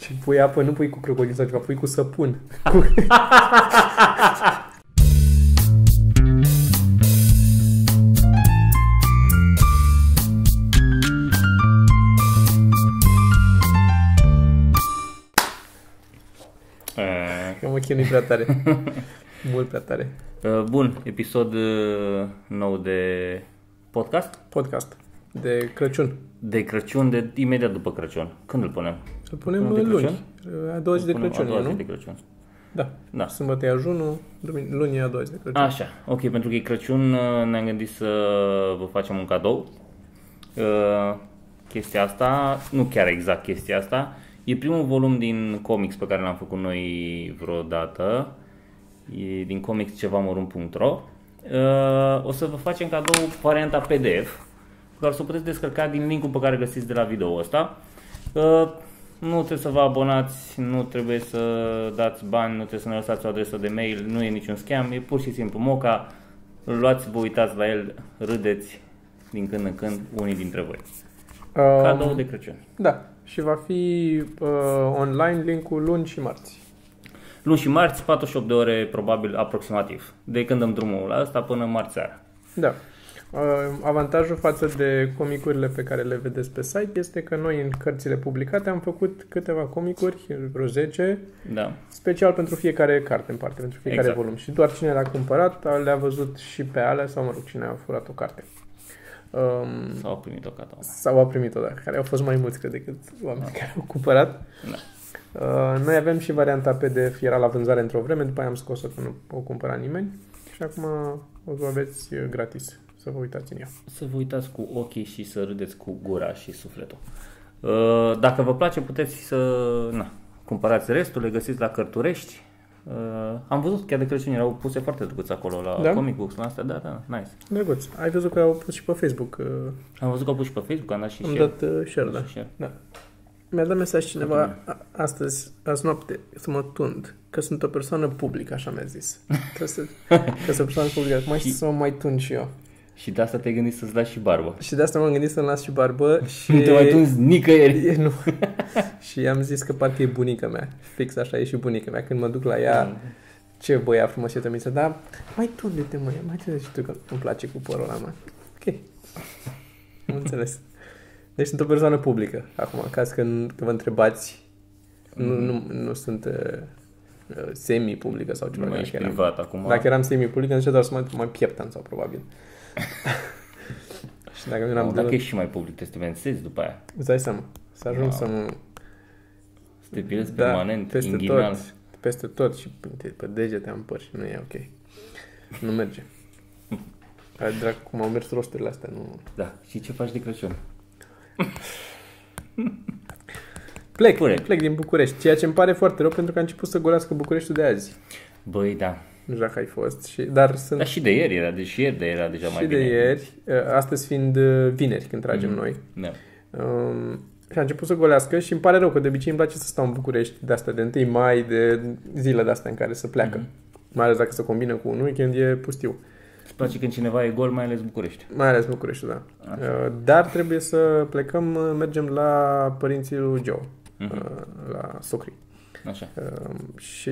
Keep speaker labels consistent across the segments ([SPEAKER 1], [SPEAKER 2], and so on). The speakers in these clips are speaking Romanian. [SPEAKER 1] Și pui apă, nu pui cu crocodil sau ceva, pui cu săpun.
[SPEAKER 2] E,
[SPEAKER 1] Eu mă chinui prea tare. Mult prea tare.
[SPEAKER 2] e, Bun, episod e, nou de podcast.
[SPEAKER 1] Podcast de Crăciun.
[SPEAKER 2] De Crăciun, de imediat după Crăciun. Când îl punem?
[SPEAKER 1] Îl punem
[SPEAKER 2] Punem de
[SPEAKER 1] luni. A doua zi de
[SPEAKER 2] Îl punem
[SPEAKER 1] Crăciun,
[SPEAKER 2] a doua zi
[SPEAKER 1] nu?
[SPEAKER 2] de Crăciun.
[SPEAKER 1] Da.
[SPEAKER 2] Da.
[SPEAKER 1] Sâmbătă e ajunul, dumine- luni e a doua zi de Crăciun.
[SPEAKER 2] Așa, ok, pentru că e Crăciun, e, ne-am gândit să vă facem un cadou. E, Chestia asta, nu chiar exact chestia asta, e primul volum din comics pe care l-am făcut noi vreodată. E din comics ceva mărunt.ro. E, Eh, O să vă facem cadou varianta PDF, doar să o puteți descărca din linkul pe care îl găsiți de la video ăsta. Uh, Nu trebuie să vă abonați, nu trebuie să dați bani, nu trebuie să ne lăsați o adresă de mail, nu e niciun scam, e pur și simplu moca. Îl luați, vă uitați la el, râdeți din când în când unii dintre voi.
[SPEAKER 1] Um,
[SPEAKER 2] Cadou de Crăciun.
[SPEAKER 1] Da. Și va fi uh, online linkul luni și marți.
[SPEAKER 2] Luni și marți, 48 de ore probabil aproximativ, de când dăm drumul la asta până marți seara.
[SPEAKER 1] Da. Uh, Avantajul față de comicurile pe care le vedeți pe site este că noi în cărțile publicate am făcut câteva comicuri, vreo 10,
[SPEAKER 2] Da.
[SPEAKER 1] special pentru fiecare carte în parte, pentru fiecare
[SPEAKER 2] Exact.
[SPEAKER 1] volum. Și doar cine le-a cumpărat a- le-a văzut și pe alea sau, mă rog, cine a furat o carte. Um,
[SPEAKER 2] S-au primit o cadou.
[SPEAKER 1] sau a primit-o, da, care au fost mai mulți, cred, decât oameni care au cumpărat.
[SPEAKER 2] Da.
[SPEAKER 1] Uh, noi avem și varianta PDF, era la vânzare într-o vreme, după aia am scos-o că nu o cumpăra nimeni și acum o să o aveți uh, gratis, să vă uitați în ea.
[SPEAKER 2] să vă uitați cu ochii și să râdeți cu gura și sufletul. Uh, Dacă vă place, puteți să na, cumpărați restul, le găsiți la Cărturești. Uh, Am văzut chiar de Crăciun erau puse foarte drăguți acolo la
[SPEAKER 1] Da?
[SPEAKER 2] da? comic books, la astea, da, da, nice.
[SPEAKER 1] Drăguț, ai văzut că au pus și pe Facebook, uh,
[SPEAKER 2] Am văzut că au pus și pe Facebook, am dat și
[SPEAKER 1] am
[SPEAKER 2] share.
[SPEAKER 1] dat uh, share, da.
[SPEAKER 2] Share.
[SPEAKER 1] da. Mi-a dat mesaj cineva a- astăzi, azi noapte, să mă tund, că sunt o persoană publică, așa mi-a zis. Că sunt, că sunt o persoană publică, acum și să mă mai tund și eu.
[SPEAKER 2] Și de asta te-ai gândit să-ți dai și barbă.
[SPEAKER 1] Și de asta m-am gândit să-mi las și barbă și...
[SPEAKER 2] Nu te mai tunzi nicăieri.
[SPEAKER 1] E, nu. și am zis că parcă e bunica mea. Fix așa e și bunica mea. Când mă duc la ea, ce băia frumosetă mi se da, mai tu de te mă, mai tu și tu că îmi place cu părul ăla, mă. Ok. Am înțeles. Deci sunt o persoană publică acum, în caz că, că vă întrebați, nu,
[SPEAKER 2] Mm.
[SPEAKER 1] nu, nu sunt uh, uh, semi-publică sau ceva.
[SPEAKER 2] Nu mai
[SPEAKER 1] dacă
[SPEAKER 2] ești
[SPEAKER 1] eram.
[SPEAKER 2] privat acum.
[SPEAKER 1] Dacă eram semi-public, atunci doar să mă, mă pieptam sau probabil. și dacă nu am
[SPEAKER 2] Dacă
[SPEAKER 1] de...
[SPEAKER 2] ești și mai public, te stevensezi după aia.
[SPEAKER 1] Îți dai seama, să ajung
[SPEAKER 2] Wow.
[SPEAKER 1] să mă
[SPEAKER 2] Să te pilezi permanent,
[SPEAKER 1] peste
[SPEAKER 2] inghinal.
[SPEAKER 1] tot, peste tot și pe, pe degete am păr și nu e ok. Nu merge. Ai drac, cum au mers rosturile astea, nu...
[SPEAKER 2] Da. Și ce faci de Crăciun?
[SPEAKER 1] Plec,
[SPEAKER 2] Pune.
[SPEAKER 1] plec din București, ceea ce îmi pare foarte rău pentru că a început să golească Bucureștiul de azi.
[SPEAKER 2] Băi, da.
[SPEAKER 1] Nu știu dacă ai fost, și, dar sunt
[SPEAKER 2] Dar și de ieri era, deci ieri de era deja mai
[SPEAKER 1] și
[SPEAKER 2] bine.
[SPEAKER 1] de ieri, uh, astăzi fiind uh, vineri când tragem noi.
[SPEAKER 2] Da.
[SPEAKER 1] Um, și a început să golească și îmi pare rău că de obicei îmi place să stau în București de asta de 1 mai, de zile de astea în care se pleacă.
[SPEAKER 2] Mhm.
[SPEAKER 1] Mai ales dacă se combină cu un weekend, e pustiu.
[SPEAKER 2] Îți place când cineva e gol, mai ales București.
[SPEAKER 1] Mai ales București, da. Uh, Dar trebuie să plecăm, uh, mergem la părinții lui Joe, uh, la socri.
[SPEAKER 2] Așa.
[SPEAKER 1] Uh, Și,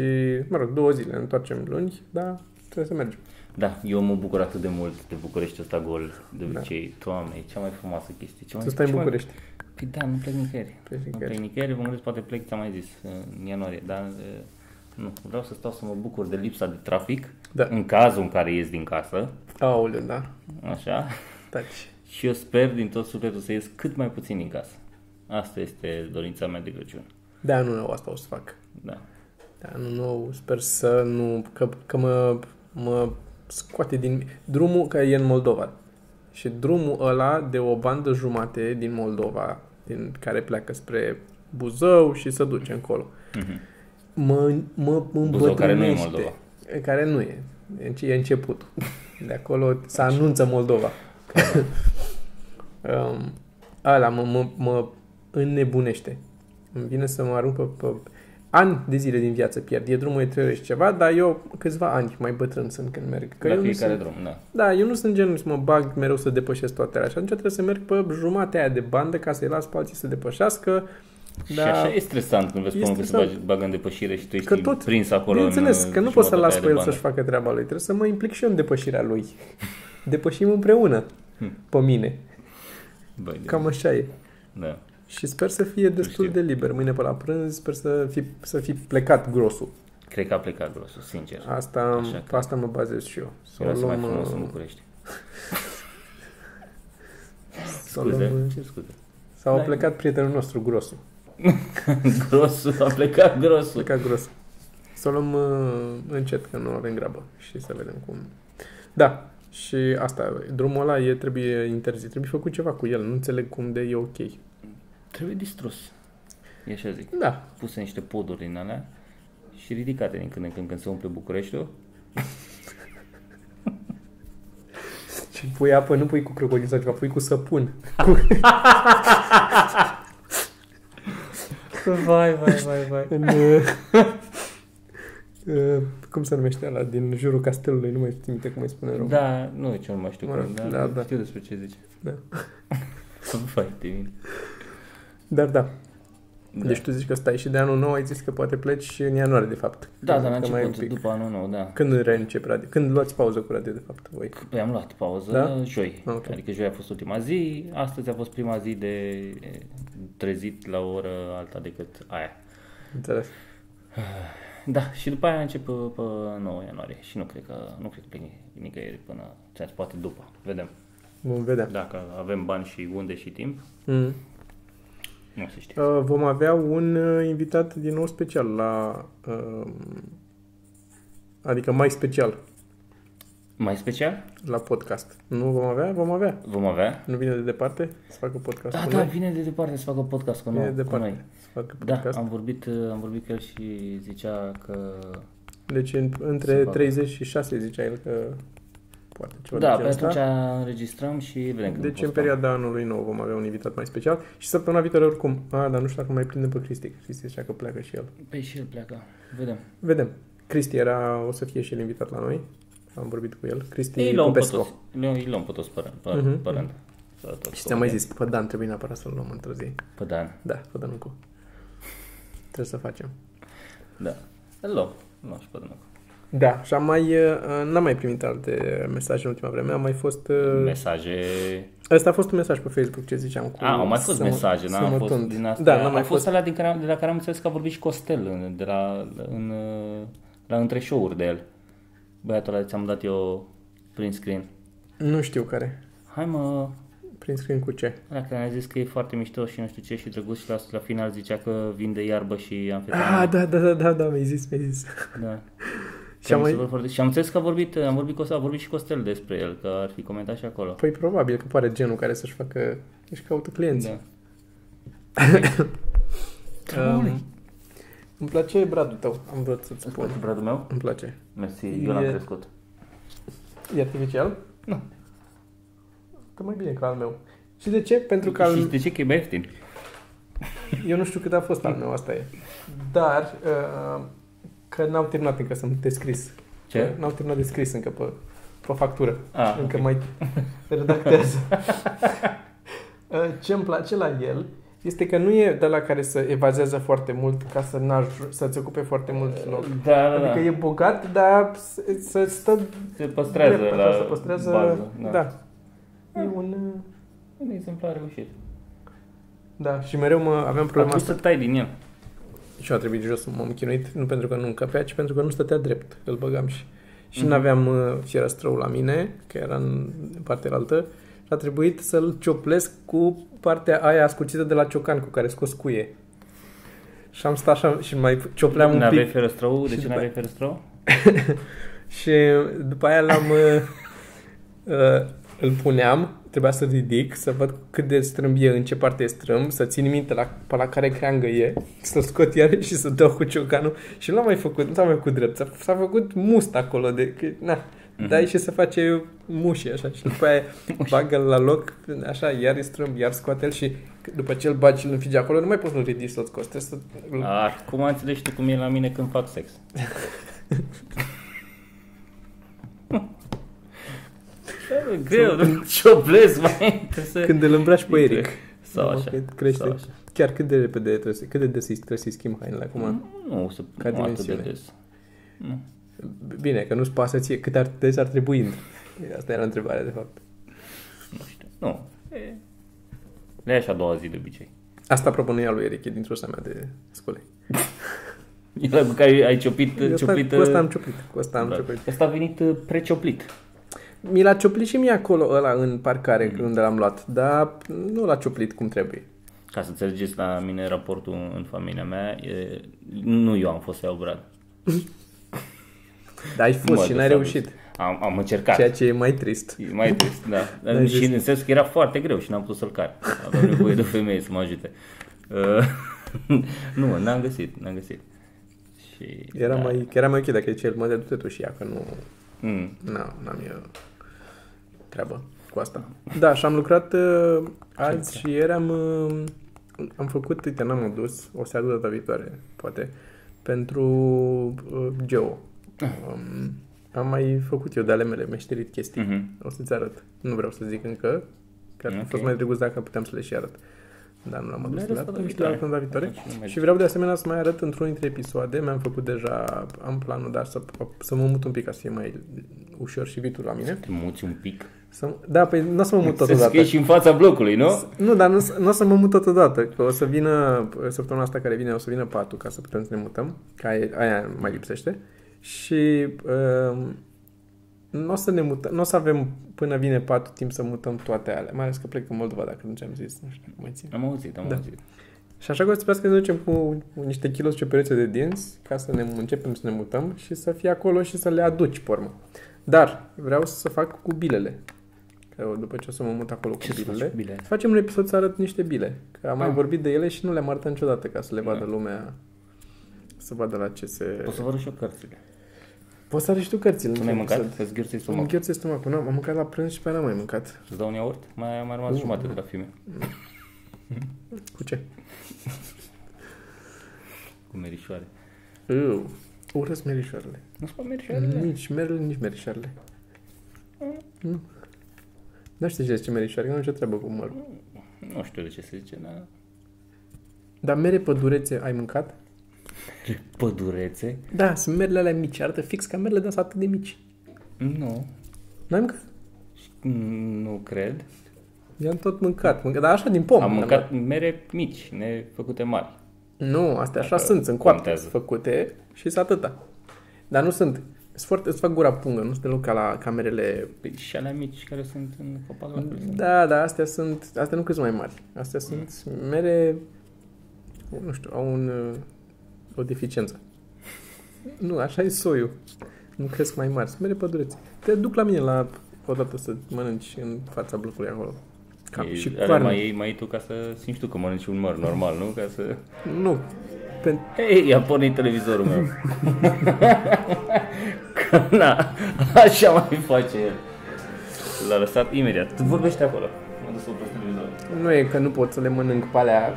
[SPEAKER 1] mă rog, două zile, ne întoarcem luni, dar trebuie să mergem.
[SPEAKER 2] Da, eu mă bucur atât de mult de București ăsta gol, de obicei, da. toamne, cea mai frumoasă chestie. Cea mai,
[SPEAKER 1] Să stai în
[SPEAKER 2] cea mai-
[SPEAKER 1] București. Păi,
[SPEAKER 2] Păi da, nu plec nicăieri.
[SPEAKER 1] Pleci
[SPEAKER 2] Nu
[SPEAKER 1] nicăieri.
[SPEAKER 2] plec nicăieri, mă gândesc, poate plec, ți-am mai zis, în ianuarie, dar eh, nu, vreau să stau să mă bucur de lipsa de trafic,
[SPEAKER 1] Da.
[SPEAKER 2] în cazul în care ies din casă,
[SPEAKER 1] Aoleu, da.
[SPEAKER 2] așa,
[SPEAKER 1] Taci.
[SPEAKER 2] și eu sper din tot sufletul să ies cât mai puțin din casă. Asta este dorința mea de Crăciun.
[SPEAKER 1] De anul nou asta o să fac.
[SPEAKER 2] Da.
[SPEAKER 1] De anul nou sper să nu... Că, că mă, mă scoate din... Drumul, că e în Moldova. Și drumul ăla de o bandă jumate din Moldova, din care pleacă spre Buzău și se duce încolo.
[SPEAKER 2] Mhm.
[SPEAKER 1] mă, mă mă
[SPEAKER 2] Buzău, care nu e
[SPEAKER 1] îmbătrânește.
[SPEAKER 2] Moldova.
[SPEAKER 1] Care nu e. Deci E începutul. De acolo se anunță Moldova. um, ala mă, mă, mă înnebunește. Îmi vine să mă arunc pe, pe... Ani de zile din viață pierd. E drumul e trei ore și ceva, dar eu câțiva ani mai bătrân sunt când merg. Că
[SPEAKER 2] La
[SPEAKER 1] eu nu
[SPEAKER 2] fiecare
[SPEAKER 1] sunt,
[SPEAKER 2] drum, da.
[SPEAKER 1] da, eu nu sunt genul să mă bag mereu să depășesc toate alea. Și atunci trebuie să merg pe jumatea aia de bandă ca să-i las pe alții să depășească
[SPEAKER 2] Da. Și așa e stresant când vezi
[SPEAKER 1] E
[SPEAKER 2] pe unul că se
[SPEAKER 1] stresant.
[SPEAKER 2] bag- bagă în depășire și tu ești
[SPEAKER 1] Că tot,
[SPEAKER 2] prins acolo. în,
[SPEAKER 1] bineînțeles,
[SPEAKER 2] uh,
[SPEAKER 1] că nu pot să-l las
[SPEAKER 2] jumătatea
[SPEAKER 1] pe el
[SPEAKER 2] de
[SPEAKER 1] să-și
[SPEAKER 2] bandă.
[SPEAKER 1] facă treaba lui. Trebuie să mă implic și eu în depășirea lui. Depășim împreună
[SPEAKER 2] Hm.
[SPEAKER 1] pe mine.
[SPEAKER 2] Băi, de-
[SPEAKER 1] Cam așa e.
[SPEAKER 2] da.
[SPEAKER 1] Și sper să fie destul de
[SPEAKER 2] știu.
[SPEAKER 1] liber. Mâine pe la prânz sper să fi, să fi plecat grosul.
[SPEAKER 2] Cred că a plecat grosul, sincer.
[SPEAKER 1] Asta,
[SPEAKER 2] Așa că-
[SPEAKER 1] pe asta mă bazez și eu. Să
[SPEAKER 2] Era
[SPEAKER 1] o
[SPEAKER 2] să mai
[SPEAKER 1] luăm,
[SPEAKER 2] frumos în
[SPEAKER 1] uh,
[SPEAKER 2] București.
[SPEAKER 1] să o luăm,
[SPEAKER 2] Scuze,
[SPEAKER 1] uh,
[SPEAKER 2] ce scuze?
[SPEAKER 1] sau a
[SPEAKER 2] Da.
[SPEAKER 1] plecat prietenul nostru, grosul.
[SPEAKER 2] Grosul, a plecat
[SPEAKER 1] A
[SPEAKER 2] grosul.
[SPEAKER 1] plecat grosul. Să o luăm uh, încet, că nu avem grabă. Și să vedem cum... Da, și asta, drumul ăla e, trebuie interzis. Trebuie făcut ceva cu el. Nu înțeleg cum de e ok.
[SPEAKER 2] Trebuie distrus. E așa zic.
[SPEAKER 1] Da,
[SPEAKER 2] Puse niște poduri din alea și ridicate din când în când când se umple Bucureștiul.
[SPEAKER 1] Și pui apă, nu pui cu crocodil sau ceva, pui cu săpun. Cu,
[SPEAKER 2] Vai, vai, vai, vai.
[SPEAKER 1] în, uh, uh, cum se numește ăla, din jurul castelului, nu mai știu minte cum îi spune român.
[SPEAKER 2] Da, nu, ce nu mai știu
[SPEAKER 1] Mă
[SPEAKER 2] cum,
[SPEAKER 1] rog,
[SPEAKER 2] dar
[SPEAKER 1] da, da.
[SPEAKER 2] știu despre ce zici.
[SPEAKER 1] Da.
[SPEAKER 2] Vai de mine.
[SPEAKER 1] Dar da,
[SPEAKER 2] Da.
[SPEAKER 1] deci tu zici că stai și de anul nou ai zis că poate pleci și în ianuarie, de fapt.
[SPEAKER 2] da,
[SPEAKER 1] Că-
[SPEAKER 2] dar la
[SPEAKER 1] că mai e un
[SPEAKER 2] început,
[SPEAKER 1] pic.
[SPEAKER 2] după anul nou, da.
[SPEAKER 1] Când reîncepi radio? Când luați pauză cu radio, de fapt, voi?
[SPEAKER 2] Păi am luat pauză
[SPEAKER 1] Da?
[SPEAKER 2] da? joi,
[SPEAKER 1] Ah, ok.
[SPEAKER 2] adică joi a fost ultima zi, astăzi a fost prima zi de trezit la o oră alta decât aia.
[SPEAKER 1] Înțeles.
[SPEAKER 2] Da, și după aia încep uh, pe 9 ianuarie și nu cred că, nu cred că plec nicăieri până, ți-am zis, poate după, vedem.
[SPEAKER 1] Vom vedea.
[SPEAKER 2] Dacă avem bani și unde și timp,
[SPEAKER 1] Mm.
[SPEAKER 2] nu se știe.
[SPEAKER 1] Uh, vom avea un uh, invitat din nou special la... Uh, adică mai special
[SPEAKER 2] Mai special?
[SPEAKER 1] la podcast. Nu vom avea? Vom avea.
[SPEAKER 2] Vom avea?
[SPEAKER 1] Nu vine de departe să facă podcast
[SPEAKER 2] Da,
[SPEAKER 1] cu
[SPEAKER 2] da,
[SPEAKER 1] noi?
[SPEAKER 2] vine de departe să facă podcast cu
[SPEAKER 1] Vine de
[SPEAKER 2] noi. Cu noi.
[SPEAKER 1] departe să facă
[SPEAKER 2] Da,
[SPEAKER 1] podcast.
[SPEAKER 2] am vorbit, uh, am vorbit cu el și zicea că...
[SPEAKER 1] Deci în- între
[SPEAKER 2] Se facă.
[SPEAKER 1] 30 și 6 zicea el că poate ceva
[SPEAKER 2] da,
[SPEAKER 1] de
[SPEAKER 2] pe
[SPEAKER 1] genul ăsta.
[SPEAKER 2] atunci înregistrăm și vedem când
[SPEAKER 1] Deci în
[SPEAKER 2] postăm.
[SPEAKER 1] perioada anului nou vom avea un invitat mai special și săptămâna viitoare oricum. A, dar nu știu dacă mai prindem pe Cristi. Cristi zicea că pleacă și el.
[SPEAKER 2] Păi și el pleacă, vedem.
[SPEAKER 1] Vedem. Cristi era, o să fie și el invitat la noi. Am vorbit cu el. Cristi
[SPEAKER 2] Ei luăm pe
[SPEAKER 1] Popescu.
[SPEAKER 2] toți, le- îi luăm pe toți părând.
[SPEAKER 1] Mhm.
[SPEAKER 2] părând.
[SPEAKER 1] Și ți-am mai zis, pe Dan trebuie neapărat să-l luăm într-o zi.
[SPEAKER 2] Pe Dan.
[SPEAKER 1] Da, pe Dan cu. Trebuie să facem.
[SPEAKER 2] Da. Îl luăm. Îl luăm și pe Dănuc.
[SPEAKER 1] Da, și am mai, uh, n-am mai primit alte mesaje în ultima vreme, am mai fost... uh,
[SPEAKER 2] Mesaje...
[SPEAKER 1] Ăsta a fost un mesaj pe Facebook, ce ziceam cu...
[SPEAKER 2] A, au mai fost
[SPEAKER 1] să mă-
[SPEAKER 2] mesaje,
[SPEAKER 1] să
[SPEAKER 2] n-am
[SPEAKER 1] mă
[SPEAKER 2] fost
[SPEAKER 1] tund.
[SPEAKER 2] din asta.
[SPEAKER 1] Da, n-am mai
[SPEAKER 2] a fost
[SPEAKER 1] fost.
[SPEAKER 2] alea din care, am- de la care am înțeles că a vorbit și Costel în, de la, în, uh, la între show-uri de el. Băiatul ăla ți-am dat eu prin screen.
[SPEAKER 1] Nu știu care.
[SPEAKER 2] Hai mă,
[SPEAKER 1] Prin screen cu ce?
[SPEAKER 2] ăla care ne-a zis că e foarte mișto și nu știu ce și drăguț și la, la final zicea că vinde iarbă și amfetamină.
[SPEAKER 1] Ah, da, da, da, da, da, mi-ai zis, mi-ai zis.
[SPEAKER 2] Da.
[SPEAKER 1] Și
[SPEAKER 2] Și
[SPEAKER 1] am
[SPEAKER 2] am,
[SPEAKER 1] mai-
[SPEAKER 2] foarte... și am înțeles că a vorbit, am vorbit, cu, a vorbit și Costel despre el, că ar fi comentat și acolo.
[SPEAKER 1] Păi probabil că pare genul care să-și facă... Își caută clienți.
[SPEAKER 2] Da.
[SPEAKER 1] Um, îmi place bradul tău, am vrut să-ți spun.
[SPEAKER 2] bradul meu?
[SPEAKER 1] Îmi place.
[SPEAKER 2] Mersi,
[SPEAKER 1] eu l-am E-
[SPEAKER 2] crescut.
[SPEAKER 1] E artificial? Nu. Că mai bine ca al meu. Și de ce? Pentru că al...
[SPEAKER 2] Și de ce că e mai ieftin?
[SPEAKER 1] Eu nu știu cât a fost al meu, asta e. Dar, uh, că n-am terminat încă, sunt descris.
[SPEAKER 2] Ce?
[SPEAKER 1] N-am terminat de scris încă pe, pe factură.
[SPEAKER 2] Ah,
[SPEAKER 1] încă
[SPEAKER 2] ok.
[SPEAKER 1] mai redactează. Uh, Ce îmi place la el este că nu e de la care să evazează foarte mult ca să n-aj- să-ți ocupe foarte mult loc.
[SPEAKER 2] Da, da,
[SPEAKER 1] Adică
[SPEAKER 2] da.
[SPEAKER 1] e bogat, dar să- să stă
[SPEAKER 2] Se păstrează
[SPEAKER 1] drept,
[SPEAKER 2] la
[SPEAKER 1] să păstrează,
[SPEAKER 2] bază.
[SPEAKER 1] da. da. E un... uh,
[SPEAKER 2] Un exemplu a reușit.
[SPEAKER 1] Da, și mereu mă, aveam
[SPEAKER 2] Problema
[SPEAKER 1] problema
[SPEAKER 2] Atunci
[SPEAKER 1] asta.
[SPEAKER 2] să tai din el.
[SPEAKER 1] Și eu a trebuit jos, m-am chinuit, nu pentru că nu încăpea, ci pentru că nu stătea drept, îl băgam și... Și mm-hmm. n-aveam uh, fierăstrău la mine, că era în partea altă, și a trebuit să-l cioplesc cu partea aia ascuțită de la ciocan cu care scos cuie. Și am stat așa și mai ciopleam un
[SPEAKER 2] N-aveai
[SPEAKER 1] pic.
[SPEAKER 2] ferăstrău?
[SPEAKER 1] Și
[SPEAKER 2] De ce
[SPEAKER 1] după
[SPEAKER 2] n-aveai ferăstrău?
[SPEAKER 1] Și după aia l-am... uh, uh, îl puneam, trebuia să ridic, să văd cât de strâmb e, în ce parte e strâmb, să țin minte la, pe la care creangă e, să-l scot iar și să dau cu ciocanul. Și nu l-am mai făcut, nu s-a mai făcut drept, s-a, s-a făcut must acolo de... Că, na,
[SPEAKER 2] Mhm.
[SPEAKER 1] mm-hmm. dai și să face mușii așa și după aia bagă la loc, așa, iar e strâmb, iar scoate el și după ce îl bagi și îl înfige acolo, nu mai poți să-l ridici să-l scoți, trebuie să...
[SPEAKER 2] Acum înțelegi tu Ah, cum e la mine când fac sex. Greu, nu cioplez, mai trebuie să...
[SPEAKER 1] Când îl îmbraci pe Eric.
[SPEAKER 2] Sau
[SPEAKER 1] Numai
[SPEAKER 2] așa.
[SPEAKER 1] Cât crește.
[SPEAKER 2] Sau așa.
[SPEAKER 1] Chiar cât de repede trebuie să, cât de des trebuie să-i schimbi hainele acum.
[SPEAKER 2] Nu, o să
[SPEAKER 1] Ca
[SPEAKER 2] nu atât de
[SPEAKER 1] dimensiune.
[SPEAKER 2] des. Nu.
[SPEAKER 1] Bine, că nu-ți pasă ție cât ar, des ar trebui. Asta era întrebarea, de fapt.
[SPEAKER 2] Nu știu. Nu. E... Le ai așa a doua zi de obicei.
[SPEAKER 1] Asta propunerea lui Eric, e din sursa mea de scule.
[SPEAKER 2] Era cu care ai ciopit,
[SPEAKER 1] Eu asta-
[SPEAKER 2] cioplit...
[SPEAKER 1] Cu asta am cioplit. Cu asta am
[SPEAKER 2] da.
[SPEAKER 1] cioplit.
[SPEAKER 2] Ăsta a venit uh, precioplit.
[SPEAKER 1] Mi l-a cioplit și mie acolo ăla în parcare
[SPEAKER 2] Mhm.
[SPEAKER 1] mm. unde l-am luat, dar nu l-a cioplit cum trebuie.
[SPEAKER 2] Ca să înțelegeți la mine raportul în familia mea, e... nu eu am fost Elbrad.
[SPEAKER 1] Dar ai fost și n-ai
[SPEAKER 2] da.
[SPEAKER 1] reușit.
[SPEAKER 2] Am, am încercat.
[SPEAKER 1] Ceea ce e mai trist.
[SPEAKER 2] E mai trist, da. Dar
[SPEAKER 1] N-ai
[SPEAKER 2] și
[SPEAKER 1] zis.
[SPEAKER 2] în sensul că era foarte greu și n-am putut să-l car. Aveam nevoie de o femeie să mă ajute. Uh, nu, mă, n-am găsit, n-am găsit. Și,
[SPEAKER 1] Era,
[SPEAKER 2] da.
[SPEAKER 1] mai, era mai ok dacă e cel mai de du-te tu și ea, că nu...
[SPEAKER 2] Mm.
[SPEAKER 1] Na, n-am eu treabă cu asta. Da, și am lucrat uh, azi și ieri am, uh, am făcut, uite, n-am adus, o să aduc data viitoare, poate, pentru uh, Geo. Um, am mai făcut eu de ale mele, mi-a știrit chestii.
[SPEAKER 2] Mhm.
[SPEAKER 1] O să-ți arăt. Nu vreau să zic încă, că ar fi
[SPEAKER 2] Ok.
[SPEAKER 1] fost mai drăguț dacă puteam să le și arăt. Dar nu l-am adus
[SPEAKER 2] Mereu
[SPEAKER 1] la
[SPEAKER 2] data
[SPEAKER 1] data
[SPEAKER 2] viitoare.
[SPEAKER 1] viitoare. viitoare.
[SPEAKER 2] Atunci nu merge.
[SPEAKER 1] Și vreau de asemenea să mai arăt într-un dintre episoade, mi-am făcut deja, am planul, dar să, să mă mut un pic ca să fie mai ușor și vitul la mine.
[SPEAKER 2] Te muți un pic.
[SPEAKER 1] Să, da, păi nu o să mă mut
[SPEAKER 2] Să
[SPEAKER 1] totodată.
[SPEAKER 2] scrii și în fața blocului, nu?
[SPEAKER 1] Nu, dar nu, o să- nu o să mă mut totodată, că o să vină, săptămâna asta care vine, o să vină patul ca să putem să ne mutăm, că aia, aia mai lipsește. Și um, nu o să ne mutăm, nu o să avem până vine patul timp să mutăm toate alea, mai ales că plec în Moldova, dacă nu ți-am zis, nu știu dacă mai țin.
[SPEAKER 2] Am auzit, am
[SPEAKER 1] Da.
[SPEAKER 2] auzit.
[SPEAKER 1] Și așa că o să trebuiască să ne ducem cu niște kilos și o pereche de dinți ca să ne începem să ne mutăm și să fie acolo și să le aduci pe urmă. Dar vreau să fac cu bilele. Că după ce o să mă mut acolo cu
[SPEAKER 2] Ce să faci
[SPEAKER 1] bilele,
[SPEAKER 2] cu bilele?
[SPEAKER 1] să facem un episod să arăt niște bile. Că am mai
[SPEAKER 2] Ah.
[SPEAKER 1] vorbit de ele și nu le-am arătat niciodată ca să le
[SPEAKER 2] Da.
[SPEAKER 1] vadă lumea să vadă la ce se...
[SPEAKER 2] O să vă arăt și eu cărțile.
[SPEAKER 1] Poți să arăți și tu cărțile.
[SPEAKER 2] Tu n-ai mâncat? Că-ți gârții
[SPEAKER 1] Am
[SPEAKER 2] stomacul.
[SPEAKER 1] mâncat stomacul. N-am- Am mâncat la prânz și pe aia n-am mai mâncat.
[SPEAKER 2] Îți dau un iaurt? Mai am rămas jumate de la fiume.
[SPEAKER 1] Cu ce?
[SPEAKER 2] Cu merișoare.
[SPEAKER 1] Eu. Urăsc merișoarele.
[SPEAKER 2] Nu-ți fac merișoarele?
[SPEAKER 1] Nici merele, nici merișoarele. Nu. Nu știu ce zice merișoare, că nu am nicio treabă cu mărul.
[SPEAKER 2] Nu știu de ce se zice, dar...
[SPEAKER 1] Dar mere pădurețe ai mâncat?
[SPEAKER 2] Pădurețe?
[SPEAKER 1] Da, sunt merele alea mici, arată fix ca merele, dar sunt atât de mici.
[SPEAKER 2] Nu.
[SPEAKER 1] N-ai mâncat?
[SPEAKER 2] Nu cred.
[SPEAKER 1] I-am tot mâncat, mâncat dar așa din pom.
[SPEAKER 2] Am mâncat mere mici, nefăcute mari.
[SPEAKER 1] Nu, astea așa
[SPEAKER 2] Dacă
[SPEAKER 1] sunt, sunt coapte
[SPEAKER 2] contează.
[SPEAKER 1] sunt făcute și sunt atâta. Dar nu sunt. Sunt foarte, îți fac gura pungă, nu sunt deloc ca la camerele
[SPEAKER 2] Păi și alea mici care sunt în copac la culisă.
[SPEAKER 1] Da, da, astea sunt, astea nu cât sunt mai mari. Astea sunt
[SPEAKER 2] Mm.
[SPEAKER 1] mere, nu știu, au un, uh, o deficiență. Nu, așa e soiul. Nu cresc mai mari, sunt mere pădurețe. Te duc la mine la o dată să mănânci în fața blocului acolo. Cam,
[SPEAKER 2] E-
[SPEAKER 1] și
[SPEAKER 2] alea
[SPEAKER 1] coarne.
[SPEAKER 2] mai iei, mai iei tu ca să simți tu că mănânci un măr normal, nu? Ca să...
[SPEAKER 1] Nu, pen,
[SPEAKER 2] Hei, i-a pornit televizorul meu. Că Na, așa mai face el. L-a lăsat imediat. Tu vorbește acolo. M-a dus să opresc televizorul.
[SPEAKER 1] nu e că nu pot să le mănânc pe alea,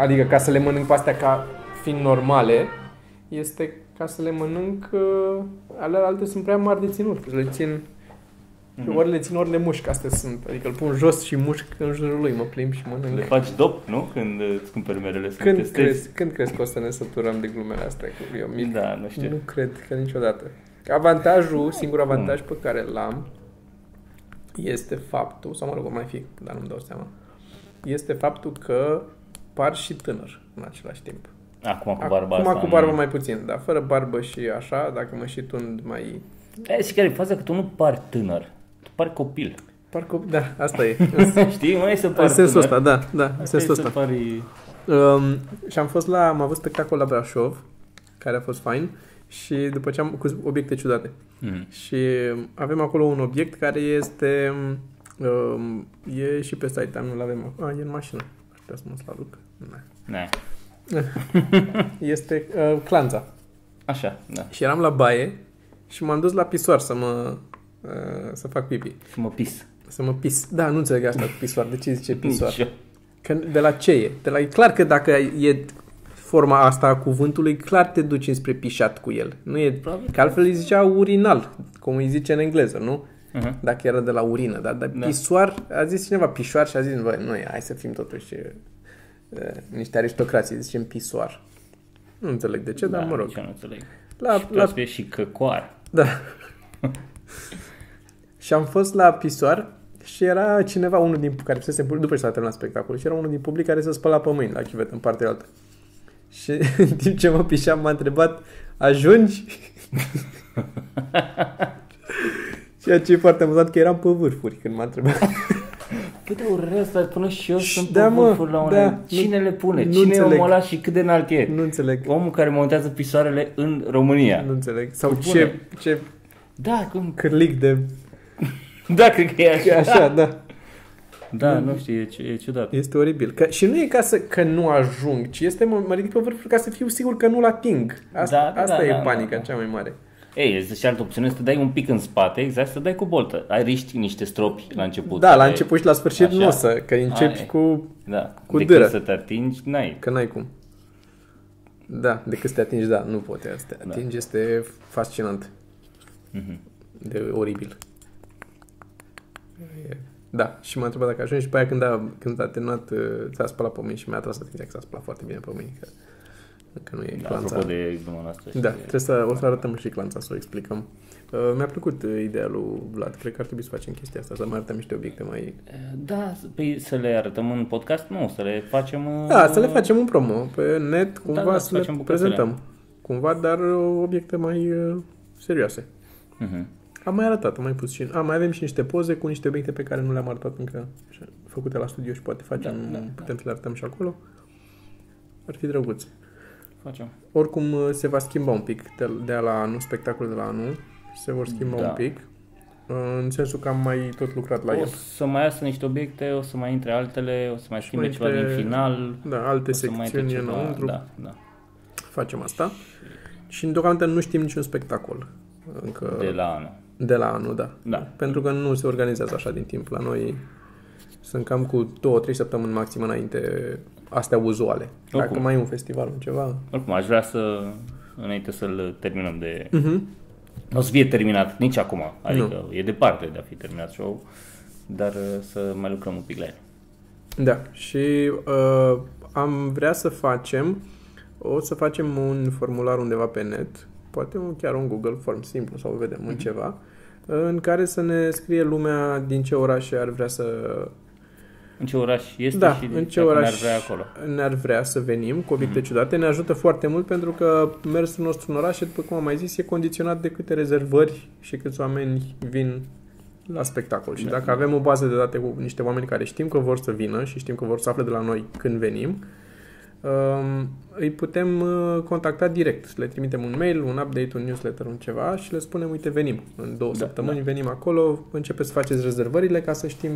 [SPEAKER 1] adică ca să le mănânc pe astea ca fiind normale, este ca să le mănânc, uh, ale alte sunt prea mari de ținut, le țin,
[SPEAKER 2] Mhm.
[SPEAKER 1] mm-hmm. ori le țin, ori le mușc, astea sunt, adică îl pun jos și mușc în jurul lui, mă plimb și mănânc.
[SPEAKER 2] Le faci dop, nu? Când uh, îți cumperi merele să
[SPEAKER 1] Când
[SPEAKER 2] testezi.
[SPEAKER 1] crezi, când crezi că o să ne săturăm de glumele astea cu eu? Mil?
[SPEAKER 2] Da, nu știu.
[SPEAKER 1] Nu cred că niciodată. Avantajul, singurul avantaj pe care l-am este faptul, sau mă rog, o mai fi, dar nu-mi dau seama, este faptul că par și tânăr în același timp.
[SPEAKER 2] Acum cu barba
[SPEAKER 1] Acum
[SPEAKER 2] asta.
[SPEAKER 1] cu barbă
[SPEAKER 2] nu.
[SPEAKER 1] mai puțin, dar fără barbă și așa, dacă mă și tund mai...
[SPEAKER 2] E, și care e faza că tu nu pari tânăr. Tu pari copil.
[SPEAKER 1] Parcă, da, asta e.
[SPEAKER 2] Știi? Mai e să pari
[SPEAKER 1] În sensul ăsta,
[SPEAKER 2] tânăr.
[SPEAKER 1] da, da, în
[SPEAKER 2] Asta e
[SPEAKER 1] sensul
[SPEAKER 2] să
[SPEAKER 1] ăsta.
[SPEAKER 2] pari...
[SPEAKER 1] Um, și am fost la, am avut spectacol la Brașov, care a fost fain, și după ce am, cu obiecte ciudate.
[SPEAKER 2] Mm.
[SPEAKER 1] Și avem acolo un obiect care este... Um, e și pe site, dar nu-l avem acolo. Ah, e în mașină. Aș putea să mă să-l aduc. Na.
[SPEAKER 2] Da.
[SPEAKER 1] Este uh, clanța.
[SPEAKER 2] Așa, da.
[SPEAKER 1] Și eram la baie și m-am dus la pisoar să mă... Uh, să fac pipi.
[SPEAKER 2] Și mă pis.
[SPEAKER 1] Să mă pis. Da, nu înțeleg asta cu pisoar. De ce zice pisoar?
[SPEAKER 2] Nici eu.
[SPEAKER 1] Că de la ce e? De la, e clar că dacă e forma asta a cuvântului, clar te duci înspre pișat cu el. Nu e,
[SPEAKER 2] Probabil.
[SPEAKER 1] că altfel îi zicea urinal, cum îi zice în engleză, nu?
[SPEAKER 2] Mhm.
[SPEAKER 1] dacă era de la urină, dar, dar
[SPEAKER 2] Da.
[SPEAKER 1] pisoar, a zis cineva pisoar și a zis, bă, noi, hai să fim totuși eh, eh, niște aristocrații, zicem pisoar. Nu înțeleg de ce, da, dar mă rog.
[SPEAKER 2] nici eu nu înțeleg.
[SPEAKER 1] La,
[SPEAKER 2] Și la...
[SPEAKER 1] la,
[SPEAKER 2] să fie și căcoar.
[SPEAKER 1] da. și am fost la pisoar și era cineva, unul din care fusese în public, după ce s-a terminat spectacolul, și era unul din public care se spăla pe mâini la chivetă, în partea altă. Și în timp ce mă pișeam, m-a întrebat, ajungi? Ceea ce e foarte amuzant că eram pe vârfuri când m-a întrebat.
[SPEAKER 2] Cât de urât ăsta, până și eu
[SPEAKER 1] Și-
[SPEAKER 2] sunt
[SPEAKER 1] da,
[SPEAKER 2] pe
[SPEAKER 1] mă,
[SPEAKER 2] vârfuri la unele.
[SPEAKER 1] da, nu-
[SPEAKER 2] Cine le pune?
[SPEAKER 1] nu
[SPEAKER 2] Cine e
[SPEAKER 1] înțeleg.
[SPEAKER 2] omul ăla și cât de înalt e?
[SPEAKER 1] Nu înțeleg.
[SPEAKER 2] Omul care montează pisoarele în România.
[SPEAKER 1] Nu înțeleg. Sau
[SPEAKER 2] Bune.
[SPEAKER 1] ce, ce
[SPEAKER 2] Da, cum...
[SPEAKER 1] cârlic de...
[SPEAKER 2] Da, cred că e
[SPEAKER 1] E
[SPEAKER 2] așa.
[SPEAKER 1] așa, da.
[SPEAKER 2] Da, nu știu, e, ci- e ciudat.
[SPEAKER 1] Este oribil. Că, și nu e ca să că nu ajung, ci este mă, mă ridic pe vârful ca să fiu sigur că nu-l ating. Asta,
[SPEAKER 2] Da, da,
[SPEAKER 1] asta
[SPEAKER 2] da,
[SPEAKER 1] e
[SPEAKER 2] da,
[SPEAKER 1] panica
[SPEAKER 2] da.
[SPEAKER 1] cea mai mare.
[SPEAKER 2] Ei, este și altă opțiune să te dai un pic în spate, exact, să te dai cu boltă. Ai riști niște stropi la început.
[SPEAKER 1] da, la
[SPEAKER 2] Ai-
[SPEAKER 1] început și la sfârșit
[SPEAKER 2] Așa.
[SPEAKER 1] nu o să, că începi
[SPEAKER 2] Ai.
[SPEAKER 1] cu...
[SPEAKER 2] Da,
[SPEAKER 1] cu
[SPEAKER 2] cu decât
[SPEAKER 1] dâră.
[SPEAKER 2] să te atingi, n-ai.
[SPEAKER 1] Că n-ai cum. Da, decât să te atingi, da, nu poți să te atingi, da. este fascinant.
[SPEAKER 2] Mhm.
[SPEAKER 1] De oribil. E- Da, și m-a întrebat dacă ajungi și după aia când a, când a terminat, uh, s-a spălat pe mâini și mi-a atras atenția că s-a spălat foarte bine pe mâini, că, că nu e
[SPEAKER 2] Da,
[SPEAKER 1] clanța.
[SPEAKER 2] apropo de gluma noastră. și
[SPEAKER 1] Da,
[SPEAKER 2] de-
[SPEAKER 1] trebuie să, o să arătăm și clanța, să o explicăm. Uh, mi-a plăcut uh, ideea lui Vlad, cred că ar trebui să facem chestia asta, să mai arătăm niște obiecte mai...
[SPEAKER 2] Da, să- păi să le arătăm în podcast? Nu, să le facem...
[SPEAKER 1] Da,
[SPEAKER 2] uh,
[SPEAKER 1] să le facem un promo pe net, cumva
[SPEAKER 2] da,
[SPEAKER 1] să
[SPEAKER 2] să
[SPEAKER 1] le
[SPEAKER 2] facem bucățele.
[SPEAKER 1] prezentăm. Cumva, dar uh, obiecte mai uh, serioase.
[SPEAKER 2] Mhm.
[SPEAKER 1] Am mai arătat, am mai pus și... A, mai avem și niște poze cu niște obiecte pe care nu le-am arătat încă, așa, făcute la studio și poate facem, da,
[SPEAKER 2] da,
[SPEAKER 1] da,
[SPEAKER 2] da.
[SPEAKER 1] putem să le arătăm și acolo. Ar fi drăguț.
[SPEAKER 2] Facem.
[SPEAKER 1] Oricum uh, se va schimba un pic de, de la anul, spectacolul de la anul, se vor schimba da.
[SPEAKER 2] Da.
[SPEAKER 1] un pic. Uh, În sensul că am mai tot lucrat la
[SPEAKER 2] o
[SPEAKER 1] el.
[SPEAKER 2] să mai iasă niște obiecte, o să mai intre altele, o să mai schimbe
[SPEAKER 1] mai
[SPEAKER 2] ceva
[SPEAKER 1] intre-
[SPEAKER 2] din final.
[SPEAKER 1] Da, alte
[SPEAKER 2] o să mai intre
[SPEAKER 1] secțiuni
[SPEAKER 2] ceva-
[SPEAKER 1] înăuntru, da.
[SPEAKER 2] Da, da.
[SPEAKER 1] facem asta. Și deocamdată nu știm niciun spectacol încă
[SPEAKER 2] De la anul.
[SPEAKER 1] de la anul, da.
[SPEAKER 2] Da.
[SPEAKER 1] Pentru că nu se organizează așa din timp. La noi sunt cam cu 2-3 săptămâni maxim înainte astea uzuale. Dacă
[SPEAKER 2] Oricum.
[SPEAKER 1] mai e un festival, un ceva...
[SPEAKER 2] Oricum, aș vrea să, înainte să-l terminăm de...
[SPEAKER 1] Mhm.
[SPEAKER 2] Nu o să fie terminat nici acum, adică e departe de a fi terminat show, dar uh, să mai lucrăm un pic la el.
[SPEAKER 1] Da, și uh, am vrea să facem, o să facem un formular undeva pe net, poate un- chiar un Google Form simplu sau vedem
[SPEAKER 2] Mhm.
[SPEAKER 1] mm-hmm. un ceva, în care să ne scrie lumea din ce orașe ar vrea să
[SPEAKER 2] În ce oraș este
[SPEAKER 1] da,
[SPEAKER 2] și
[SPEAKER 1] în ce
[SPEAKER 2] dacă
[SPEAKER 1] oraș
[SPEAKER 2] ne-ar vrea acolo. Mm.
[SPEAKER 1] ne-ar vrea să venim cu obiecte mm-hmm. ciudate. Ne ajută foarte mult pentru că mersul nostru în orașe, după cum am mai zis, e condiționat de câte rezervări și câți oameni vin la spectacol. Și
[SPEAKER 2] Da.
[SPEAKER 1] dacă avem o bază de date cu niște oameni care știm că vor să vină și știm că vor să afle de la noi când venim, um, îi putem uh, contacta direct. Le trimitem un mail, un update, un newsletter, un ceva și le spunem, uite, venim. În două da,
[SPEAKER 2] Da,
[SPEAKER 1] săptămâni da. venim acolo, începeți să faceți rezervările ca să știm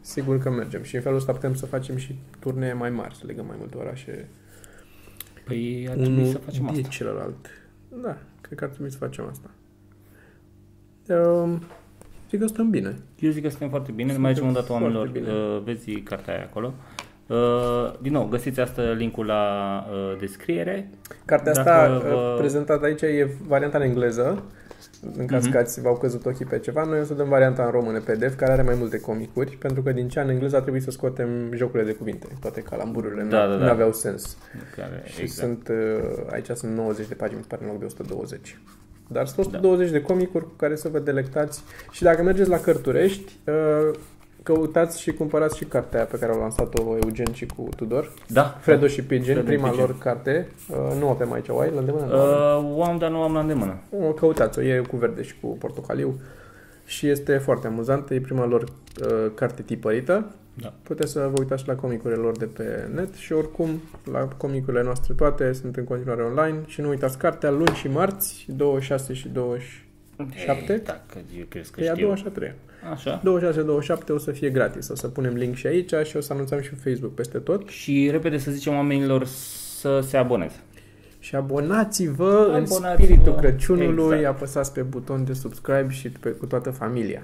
[SPEAKER 1] sigur că mergem. Și în felul ăsta putem să facem și turnee mai mari, să legăm mai multe orașe.
[SPEAKER 2] Păi ar trebui să facem
[SPEAKER 1] de
[SPEAKER 2] asta.
[SPEAKER 1] celălalt. Da, cred că ar trebui să facem asta. Um, zic că stăm bine.
[SPEAKER 2] Eu zic că suntem foarte bine,
[SPEAKER 1] Suntem
[SPEAKER 2] mai zicem o dată
[SPEAKER 1] foarte
[SPEAKER 2] oamenilor,
[SPEAKER 1] bine.
[SPEAKER 2] uh, vezi cartea aia acolo. Uh, din nou, găsiți asta linkul la uh, descriere.
[SPEAKER 1] Cartea
[SPEAKER 2] Dacă
[SPEAKER 1] asta
[SPEAKER 2] vă-
[SPEAKER 1] uh, prezentată aici e varianta în engleză, în
[SPEAKER 2] Mhm.
[SPEAKER 1] caz că ați, v-au căzut ochii pe ceva. Noi o să dăm varianta în română PDF, care are mai multe comicuri, pentru că din cea în engleză a trebuit să scoatem jocurile de cuvinte. Toate calambururile
[SPEAKER 2] Da,
[SPEAKER 1] nu,
[SPEAKER 2] da, da.
[SPEAKER 1] nu aveau sens.
[SPEAKER 2] Care,
[SPEAKER 1] Și
[SPEAKER 2] exact.
[SPEAKER 1] sunt, uh, aici sunt 90 de pagini, mi se pare, în loc de 120. Dar
[SPEAKER 2] Da.
[SPEAKER 1] sunt 120 de comicuri cu care să vă delectați. Și dacă mergeți la Cărturești, uh, căutați și cumpărați și cartea aia pe care au lansat-o Eugen și cu Tudor.
[SPEAKER 2] Da.
[SPEAKER 1] Fredo și Pigeon,
[SPEAKER 2] Fredo
[SPEAKER 1] prima
[SPEAKER 2] Pigeon.
[SPEAKER 1] lor carte. Uh, nu o avem aici, o ai la îndemână? Nu o avem.
[SPEAKER 2] Uh, o am, dar nu o am la îndemână.
[SPEAKER 1] O căutați-o, e cu verde și cu portocaliu și este foarte amuzantă, e prima lor uh, carte tipărită.
[SPEAKER 2] Da.
[SPEAKER 1] Puteți să vă uitați și la comicurile lor de pe net și oricum la comicurile noastre toate sunt în continuare online și nu uitați cartea luni și marți, 26 și 27,
[SPEAKER 2] Ei, Dacă eu crezi că
[SPEAKER 1] e Păi, a
[SPEAKER 2] știu.
[SPEAKER 1] doua și a treia.
[SPEAKER 2] Așa.
[SPEAKER 1] 26-27 o să fie gratis, o să punem link și aici și o să anunțăm și pe Facebook peste tot.
[SPEAKER 2] Și repede să zicem oamenilor să se aboneze.
[SPEAKER 1] Și abonați-vă,
[SPEAKER 2] Abonați-vă.
[SPEAKER 1] în spiritul Crăciunului,
[SPEAKER 2] Exact.
[SPEAKER 1] apăsați pe buton de subscribe și pe, cu toată familia.